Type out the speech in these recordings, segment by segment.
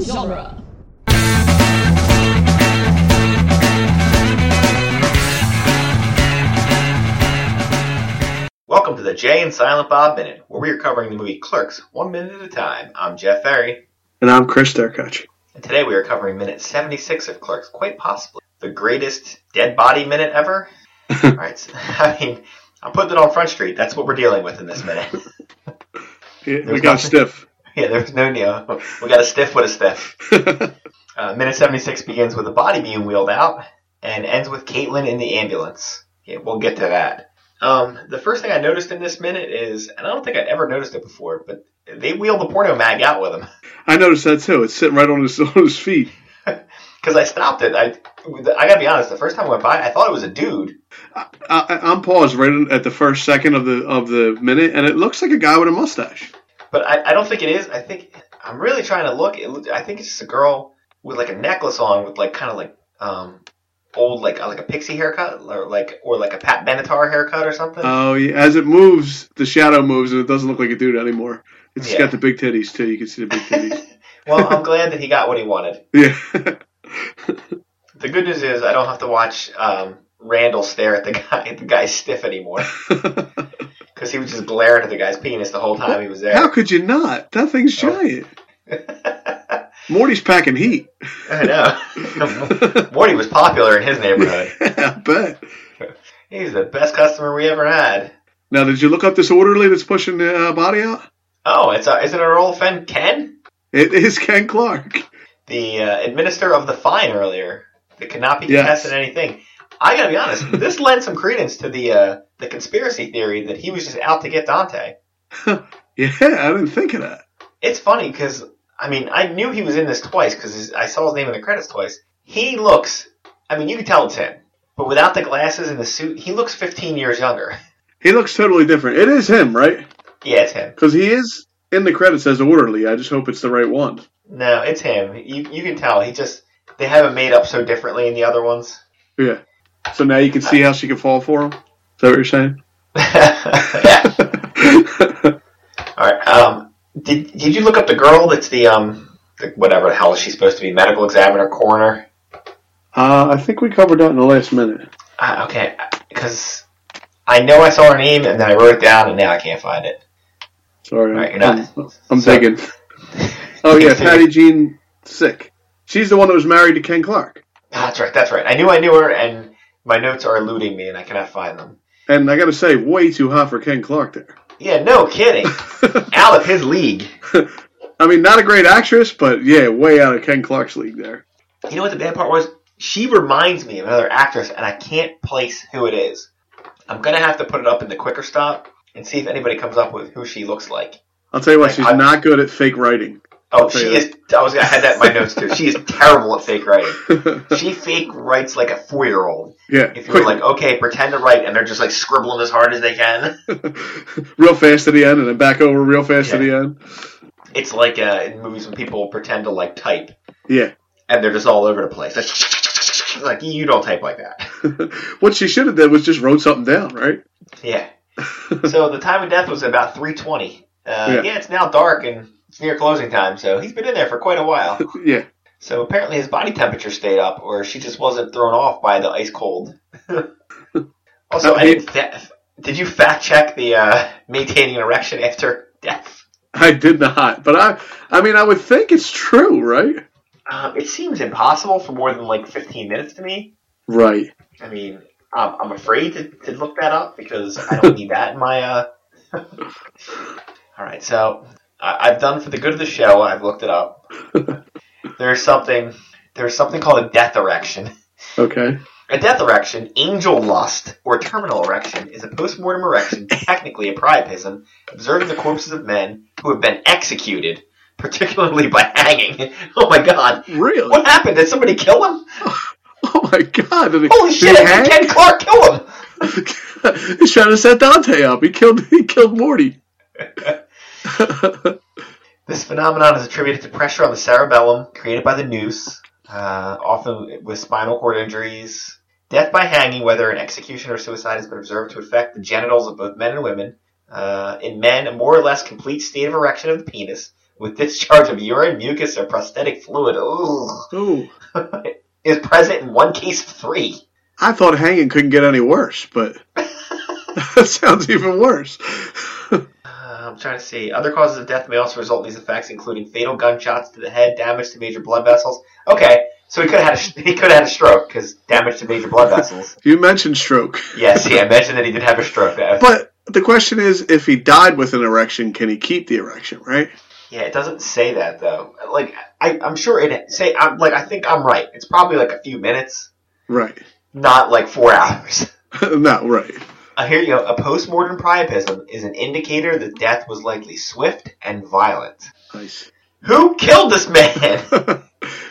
genre. Welcome to the Jay and Silent Bob Minute, where we are covering the movie Clerks one minute at a time. I'm Jeff Ferry, And I'm Chris Derkach. and today we are covering minute 76 of Clerks, quite possibly the greatest dead body minute ever. All right, so, I mean, I'm putting it on Front Street. That's what we're dealing with in this minute. Yeah, We There's got nothing- stiff. yeah, there's no Neo. We got a stiff with a stiff. Uh, minute 76 begins with a body being wheeled out and ends with Caitlin in the ambulance. Yeah, we'll get to that. Um, the first thing I noticed in this minute is, and I don't think I'd ever noticed it before, but they wheeled the porno mag out with them. I noticed that too. It's sitting right on his, on his feet. Because I stopped it. I, I gotta be honest. The first time I went by, I thought it was a dude. I, I, I'm paused right in- at the first second of the of the minute, and it looks like a guy with a mustache. But I, I don't think it is. I think I'm really trying to look. It, looked- I think it's just a girl with like a necklace on, with like kind of like um old like like a pixie haircut, or like or like a Pat Benatar haircut or something. Oh, yeah. As it moves, the shadow moves, and it doesn't look like a dude anymore. It's Yeah. got the big titties too. You can see the big titties. well, I'm glad that he got what he wanted. yeah. The good news is I don't have to watch um, Randall stare at the guy the guy's stiff anymore because he was just glaring at the guy's penis the whole time he was How there. could you not? That thing's Oh. giant. Morty's packing heat. I know. Morty was popular in his neighborhood. I bet. He's the best customer we ever had. Now, did you look up this orderly that's pushing the uh, body out? Oh, it's uh, isn't it our old friend Ken, It is Ken Clark. the uh, administrator of the fine earlier that could not be Yes. contested in anything? I gotta be honest, this lends some credence to the uh, the conspiracy theory that he was just out to get Dante. Yeah, I didn't think of that. It's funny because I mean I knew he was in this twice because I saw his name in the credits twice. He looks, I mean you can tell it's him, but without the glasses and the suit, he looks 15 years younger. He looks totally different. It is him, right? yeah, it's him. Because he is in the credits as orderly. I just hope it's the right one. No, it's him. You you can tell he just they have him made up so differently in the other ones. Yeah. So now you can see how she can fall for him. Is that what you're saying? yeah. All right. Um, did did you look up the girl that's the um the, whatever the hell is she supposed to be medical examiner coroner? uh, I think we covered that in the last minute. Uh, okay, because I know I saw her name and then I wrote it down and now I can't find it. Sorry, Right, you're I'm, not- I'm, I'm so- digging. Oh yeah, Continue. Patty Jean Sick. She's the one that was married to Ken Clark. Ah, that's right. That's right. I knew I knew her and my notes are eluding me and I cannot find them. And I gotta say, way too hot for Ken Clark there. Yeah, no kidding. Out of his league. I mean, not a great actress, but yeah, way out of Ken Clark's league there. You know what the bad part was? She reminds me of another actress, and I can't place who it is. I'm gonna have to put it up in the quicker stop and see if anybody comes up with who she looks like. I'll tell you what, Like, she's I- not good at fake writing. Oh, I'll tell she you. is. I was gonna have that in my notes too. She is terrible at fake writing. She fake writes like a four year old. yeah, If you're quick, like, okay, pretend to write, and they're just like scribbling as hard as they can. real fast to the end, and then back over real fast Yeah. to the end. It's like uh, in movies when people pretend to like type, Yeah. and they're just all over the place. Like you don't type like that. what she should have done was just wrote something down, right? Yeah. so the time of death was about 3:20. Uh, yeah. Yeah. it's now dark and it's near closing time, so he's been in there for quite a while. Yeah. so apparently his body temperature stayed up, or she just wasn't thrown off by the ice cold. also, I I mean- didn't fa- did you fact check the uh, maintaining an erection after death? I did not, but I, I mean, I would think it's true, right? Um, it seems impossible for more than like 15 minutes to me. Right. I mean, um, I'm afraid to, to look that up because I don't need that in my. Uh... All right, so I, I've done for the good of the show. I've looked it up. there's something. There's something called a death erection. Okay. A death erection, angel lust, or terminal erection is a postmortem erection, technically a priapism, observing the corpses of men who have been executed, particularly by hanging. Oh my god. Really? What happened? Did somebody kill him? Oh my God! Did he, Holy did shit, he did Ken Clark kill him? hang? He's trying to set Dante up. He killed. He killed Morty. This phenomenon is attributed to pressure on the cerebellum created by the noose, uh, often with spinal cord injuries. Death by hanging, whether in execution or suicide, has been observed to affect the genitals of both men and women. Uh, in men, a more or less complete state of erection of the penis, with discharge of urine, mucus, or prosthetic fluid ugh, Ooh. is present in one case of three. I thought hanging couldn't get any worse, but that sounds even worse. Uh, I'm trying to see. Other causes of death may also result in these effects, including fatal gunshots to the head, damage to major blood vessels. Okay, so he could have had a, sh- he could have had a stroke because damage to major blood vessels. you mentioned stroke. yes, yeah, I mentioned that he did have a stroke. That was- But the question is if he died with an erection, can he keep the erection, right? yeah, it doesn't say that though. Like I, I'm sure it say I'm like I think I'm right. It's probably like a few minutes, Right. not like four hours. no, right. I hear you. Go. A postmortem priapism is an indicator that death was likely swift and violent. Nice. Who killed this man?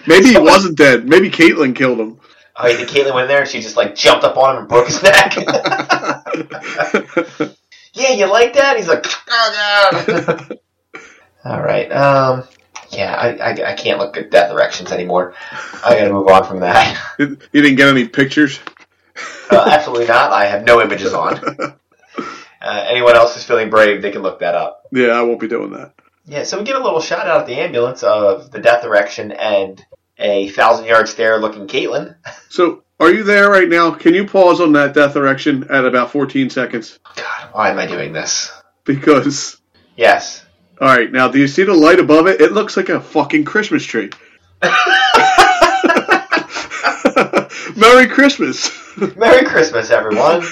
Maybe he wasn't dead. Maybe Caitlin killed him. Oh, you think Caitlin went in there and she just like jumped up on him and broke his neck? yeah, you like that? He's like, oh god. All right. Um, yeah, I, I, I can't look at death erections anymore. I gotta move on from that. you didn't get any pictures? Uh, absolutely not. I have no images on. Uh, anyone else who's feeling brave, they can look that up. Yeah, I won't be doing that. Yeah, so we get a little shout out at the ambulance of the death erection and a thousand yard stare looking Caitlin. So, are you there right now? Can you pause on that death erection at about 14 seconds? God, why am I doing this? Because, Yes. all right, now do you see the light above it? It looks like a fucking Christmas tree. Merry Christmas. Merry Christmas, everyone.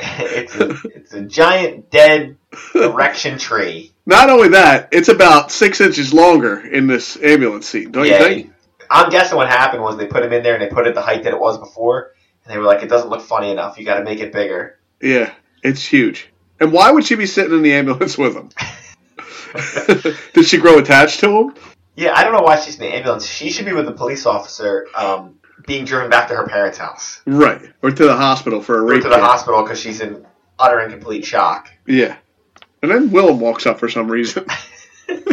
it's a, it's a giant dead erection tree. Not only that, it's about six inches longer in this ambulance seat, don't you think? I'm guessing what happened was they put him in there and they put it the height that it was before, and they were like, "It doesn't look funny enough. You got to make it bigger." Yeah, it's huge. And why would she be sitting in the ambulance with him? Did she grow attached to him? Yeah, I don't know why she's in the ambulance. She should be with the police officer, um, being driven back to her parents' house Right. Or to the hospital for a or rape to the kit. hospital because she's in utter and complete shock. Yeah. And then Willem walks up for some reason.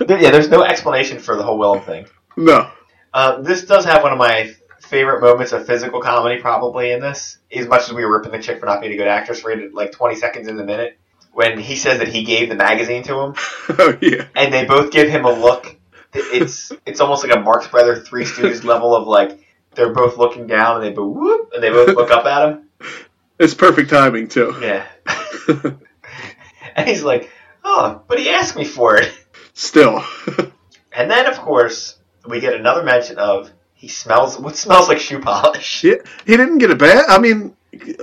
There- yeah, there's no explanation for the whole Willem thing. no. Uh, this does have one of my favorite moments of physical comedy, probably in this. As much as we were ripping the chick for not being a good actress, rated like 20 seconds in the minute, when he says that he gave the magazine to him, oh, yeah. and they both give him a look. It's it's almost like a Marx Brother Three Stooges level of like they're both looking down and they both whoop and they both look up at him. It's perfect timing, too. Yeah, and he's like, oh, but he asked me for it. Still. And then of course we get another mention of he smells what smells like shoe polish. yeah. He didn't get a bath. I mean,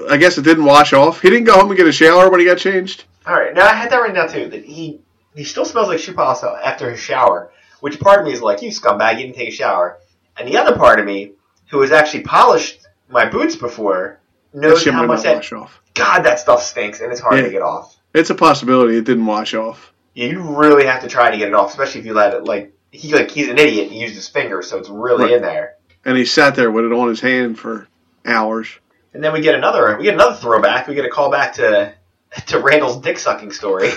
I guess it didn't wash off. He didn't go home and get a shower when he got changed. All right, now I had that written down too. That he he still smells like shoe polish after his shower, which part of me is like, you scumbag, you didn't take a shower, and the other part of me, who has actually polished my boots before, That knows shit how might much not that wash off. God that stuff stinks and it's hard Yeah. to get off. It's a possibility it didn't wash off. Yeah, you really have to try to get it off, especially if you let it like he like he's an idiot. and He used his finger, so it's really Right. in there. And he sat there with it on his hand for hours. And then we get another we get another throwback. We get a call back to to Randall's dick sucking story.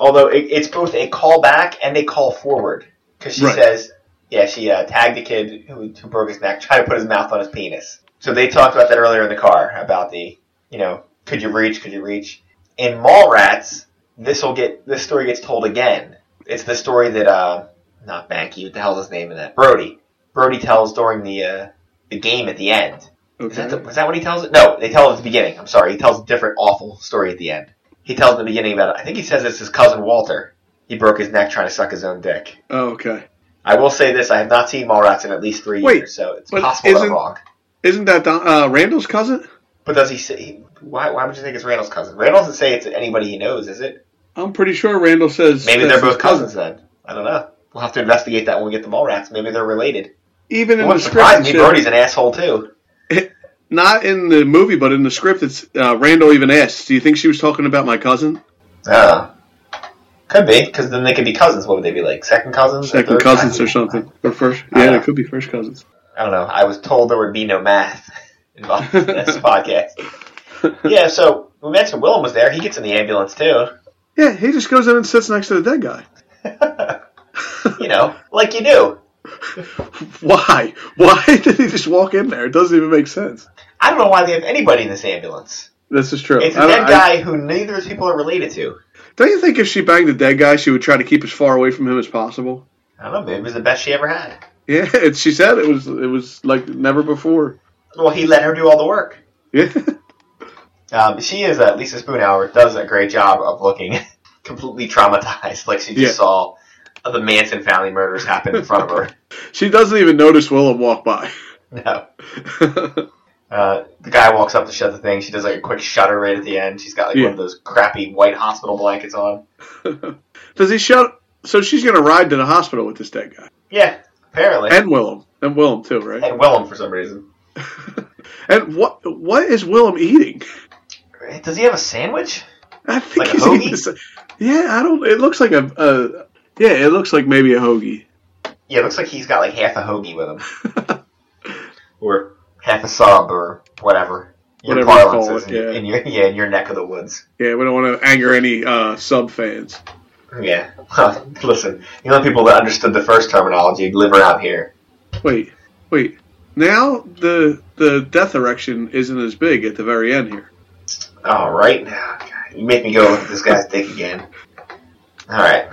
Although it, it's both a callback and a call forward because she Right. says, yeah, she uh, tagged the kid who, who broke his neck, trying to put his mouth on his penis. So they talked about that earlier in the car about the, you know, could you reach? Could you reach? In Mallrats, this will get this story gets told again. It's the story that uh, not Mankey, what the hell's his name in that? Brody. Brody tells during the uh, the game at the end. Is that, the, is that what he tells it? No, they tell it at the beginning. I'm sorry. He tells a different awful story at the end. He tells in the beginning about it. I think he says it's his cousin Walter. He broke his neck trying to suck his own dick. oh, okay. I will say this: I have not seen Mallrats in at least three Wait, years, so it's but possible that I'm isn't- wrong. Isn't that Don, uh, Randall's cousin? But does he say he- why? Why would you think it's Randall's cousin? Randall doesn't say it's anybody he knows, is it? I'm pretty sure Randall says Maybe says they're his both cousins then. I don't know. We'll have to investigate that when we get to Mallrats. Maybe they're related. Even It in wouldn't the script, surprise and me. shit, Brody's an asshole too. not in the movie, but in the script, it's uh, Randall even asks, "Do you think she was talking about my cousin, Uh, could be because then they could be cousins. What would they be like? Second cousins? or second third cousins, or something, or first? Yeah, know. it could be first cousins." I don't know. I was told there would be no math involved in this podcast. Yeah, so we mentioned Willem was there. He gets in the ambulance too. Yeah, he just goes in and sits next to the dead guy. You know, like you do. Why? Why did he just walk in there? It doesn't even make sense. I don't know why they have anybody in this ambulance. This is true. It's a I don't- dead I- guy who neither of these people are related to. Don't you think if she banged a dead guy, she would try to keep as far away from him as possible? I don't know. Maybe it was the best she ever had. Yeah, and she said it was it was like never before. Well, he let her do all the work. Yeah, Um, she is uh, Lisa Spoonhour does a great job of looking completely traumatized, like she just Yeah. saw the Manson family murders happen in front of her. she doesn't even notice Willem walk by. No, uh, the guy walks up to shut the thing. She does like a quick shutter right at the end. She's got like Yeah. one of those crappy white hospital blankets on. Does he shut? So she's gonna ride to the hospital with this dead guy Yeah, apparently, and, and Willem and Willem too, right? Willem for some reason. And what what is Willem eating? Does he have a sandwich? I think Like a he's hoagie? eating this. Yeah, I don't. It looks like a, a. Yeah, it looks like maybe a hoagie. Yeah, it looks like he's got like half a hoagie with him, or half a sub, or whatever. Your Whatever you call parlance is it, in, your- yeah. in your yeah in your neck of the woods. yeah, we don't want to anger any uh, sub fans. Yeah. Listen, the only people that understood the first terminology live around here. Wait, wait. Now the the death erection isn't as big at the very end here. All Oh, right. God, You make me go look at this guy's dick again. All right.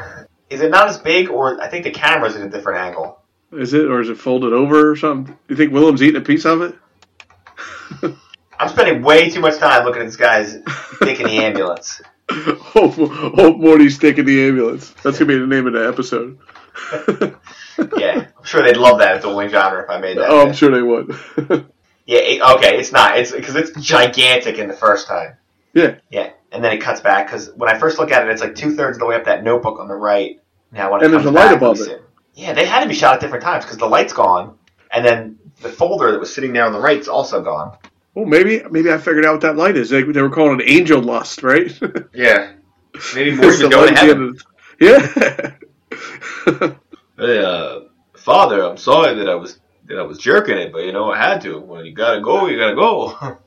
Is it not as big, or I think the camera's at a different angle? Is it, or is it folded over or something? You think Willem's eating a piece of it? I'm spending way too much time looking at this guy's dick in the ambulance. Hope, hope Morty's taking the ambulance. That's gonna be the name of the episode. Yeah, I'm sure they'd love that at the wing genre if I made that. oh, I'm sure they would. Yeah. It, okay. It's not. It's because it's gigantic in the first time. yeah, Yeah, and then it cuts back because when I first look at it, it's like two thirds of the way up that notebook on the right. Now when it And there's comes a light back, above we see it. Yeah, they had to be shot at different times because the light's gone, and then the folder that was sitting there on the right's also gone. well, maybe maybe I figured out what that light is. They, they were calling it angel lust, right? Yeah, maybe It's the light at the end of- uh, Father, I'm sorry that I was that I was jerking it, but you know I had to. When you gotta go, you gotta go.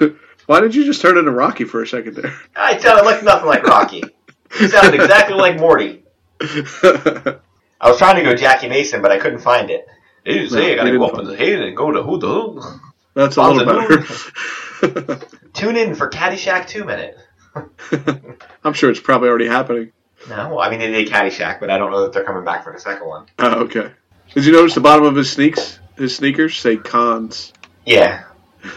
yeah. Why did you just turn into Rocky for a second there? I sounded like nothing like Rocky. He sounded exactly like Morty. I was trying to go Jackie Mason, but I couldn't find it. He didn't say, "I gotta go up in the head and go to who the who." That's a Bob's little a better. Tune in for Caddyshack two minute. I'm sure it's probably already happening. No, I mean they did Caddyshack, but I don't know that they're coming back for the second one. Oh, okay. Did you notice the bottom of his sneaks? His sneakers say cons. Yeah,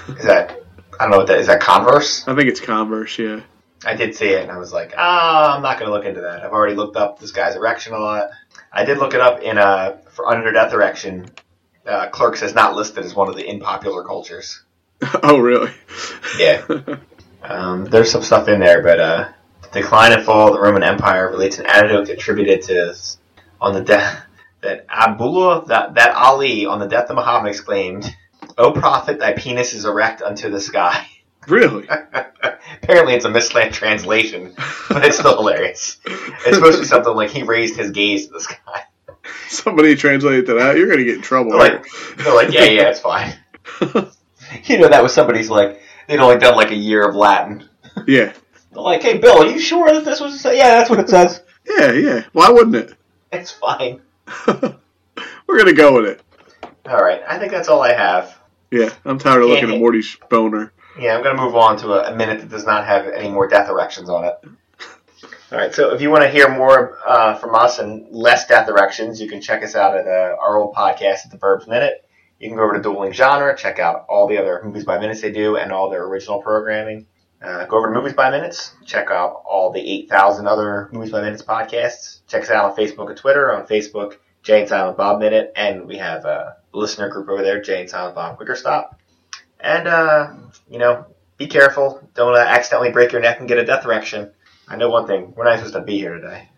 is that I don't know what that is. That Converse? I think it's Converse, yeah. I did see it, and I was like, ah, I'm not going to look into that. I've already looked up this guy's erection a lot. I did look it up in uh for under death erection. Uh, Clerks is not listed as one of the in popular cultures. Oh, really? Yeah. Um, there's some stuff in there, but uh, the decline and fall of the Roman Empire relates an anecdote attributed to on the death that Abdullah that, that Ali on the death of Muhammad exclaimed, "O prophet, thy penis is erect unto the sky." really? Apparently, it's a misled translation, but it's still hilarious. It's supposed to be something like he raised his gaze to the sky. Somebody translated that out. You're going to get in trouble. They're like, they're like, yeah, yeah, it's fine. You know, that was somebody's like they'd only done like a year of Latin. yeah. They're like, hey, Bill, are you sure that this was? it says?" Yeah, that's what it says. Yeah, yeah. Why wouldn't it? It's fine. We're going to go with it. All right, I think that's all I have. Yeah, I'm tired of looking at Morty's boner. Yeah, I'm going to move on to a, a minute that does not have any more death erections on it. All right, so if you want to hear more uh, from us and less death erections, you can check us out at uh, our old podcast at the Burbs Minute. You can go over to Dueling Genre, check out all the other movies by minutes they do and all their original programming. Uh, go over to Movies by Minutes, check out all the 8,000 other Movies by Minutes podcasts. Check us out on Facebook and Twitter. On Facebook, Jay and Silent Bob Minute, and we have a listener group over there, Jay and Silent Bob Quicker Stop. And, uh, you know, be careful. Don't uh, accidentally break your neck and get a death erection. I know one thing. We're not supposed to be here today.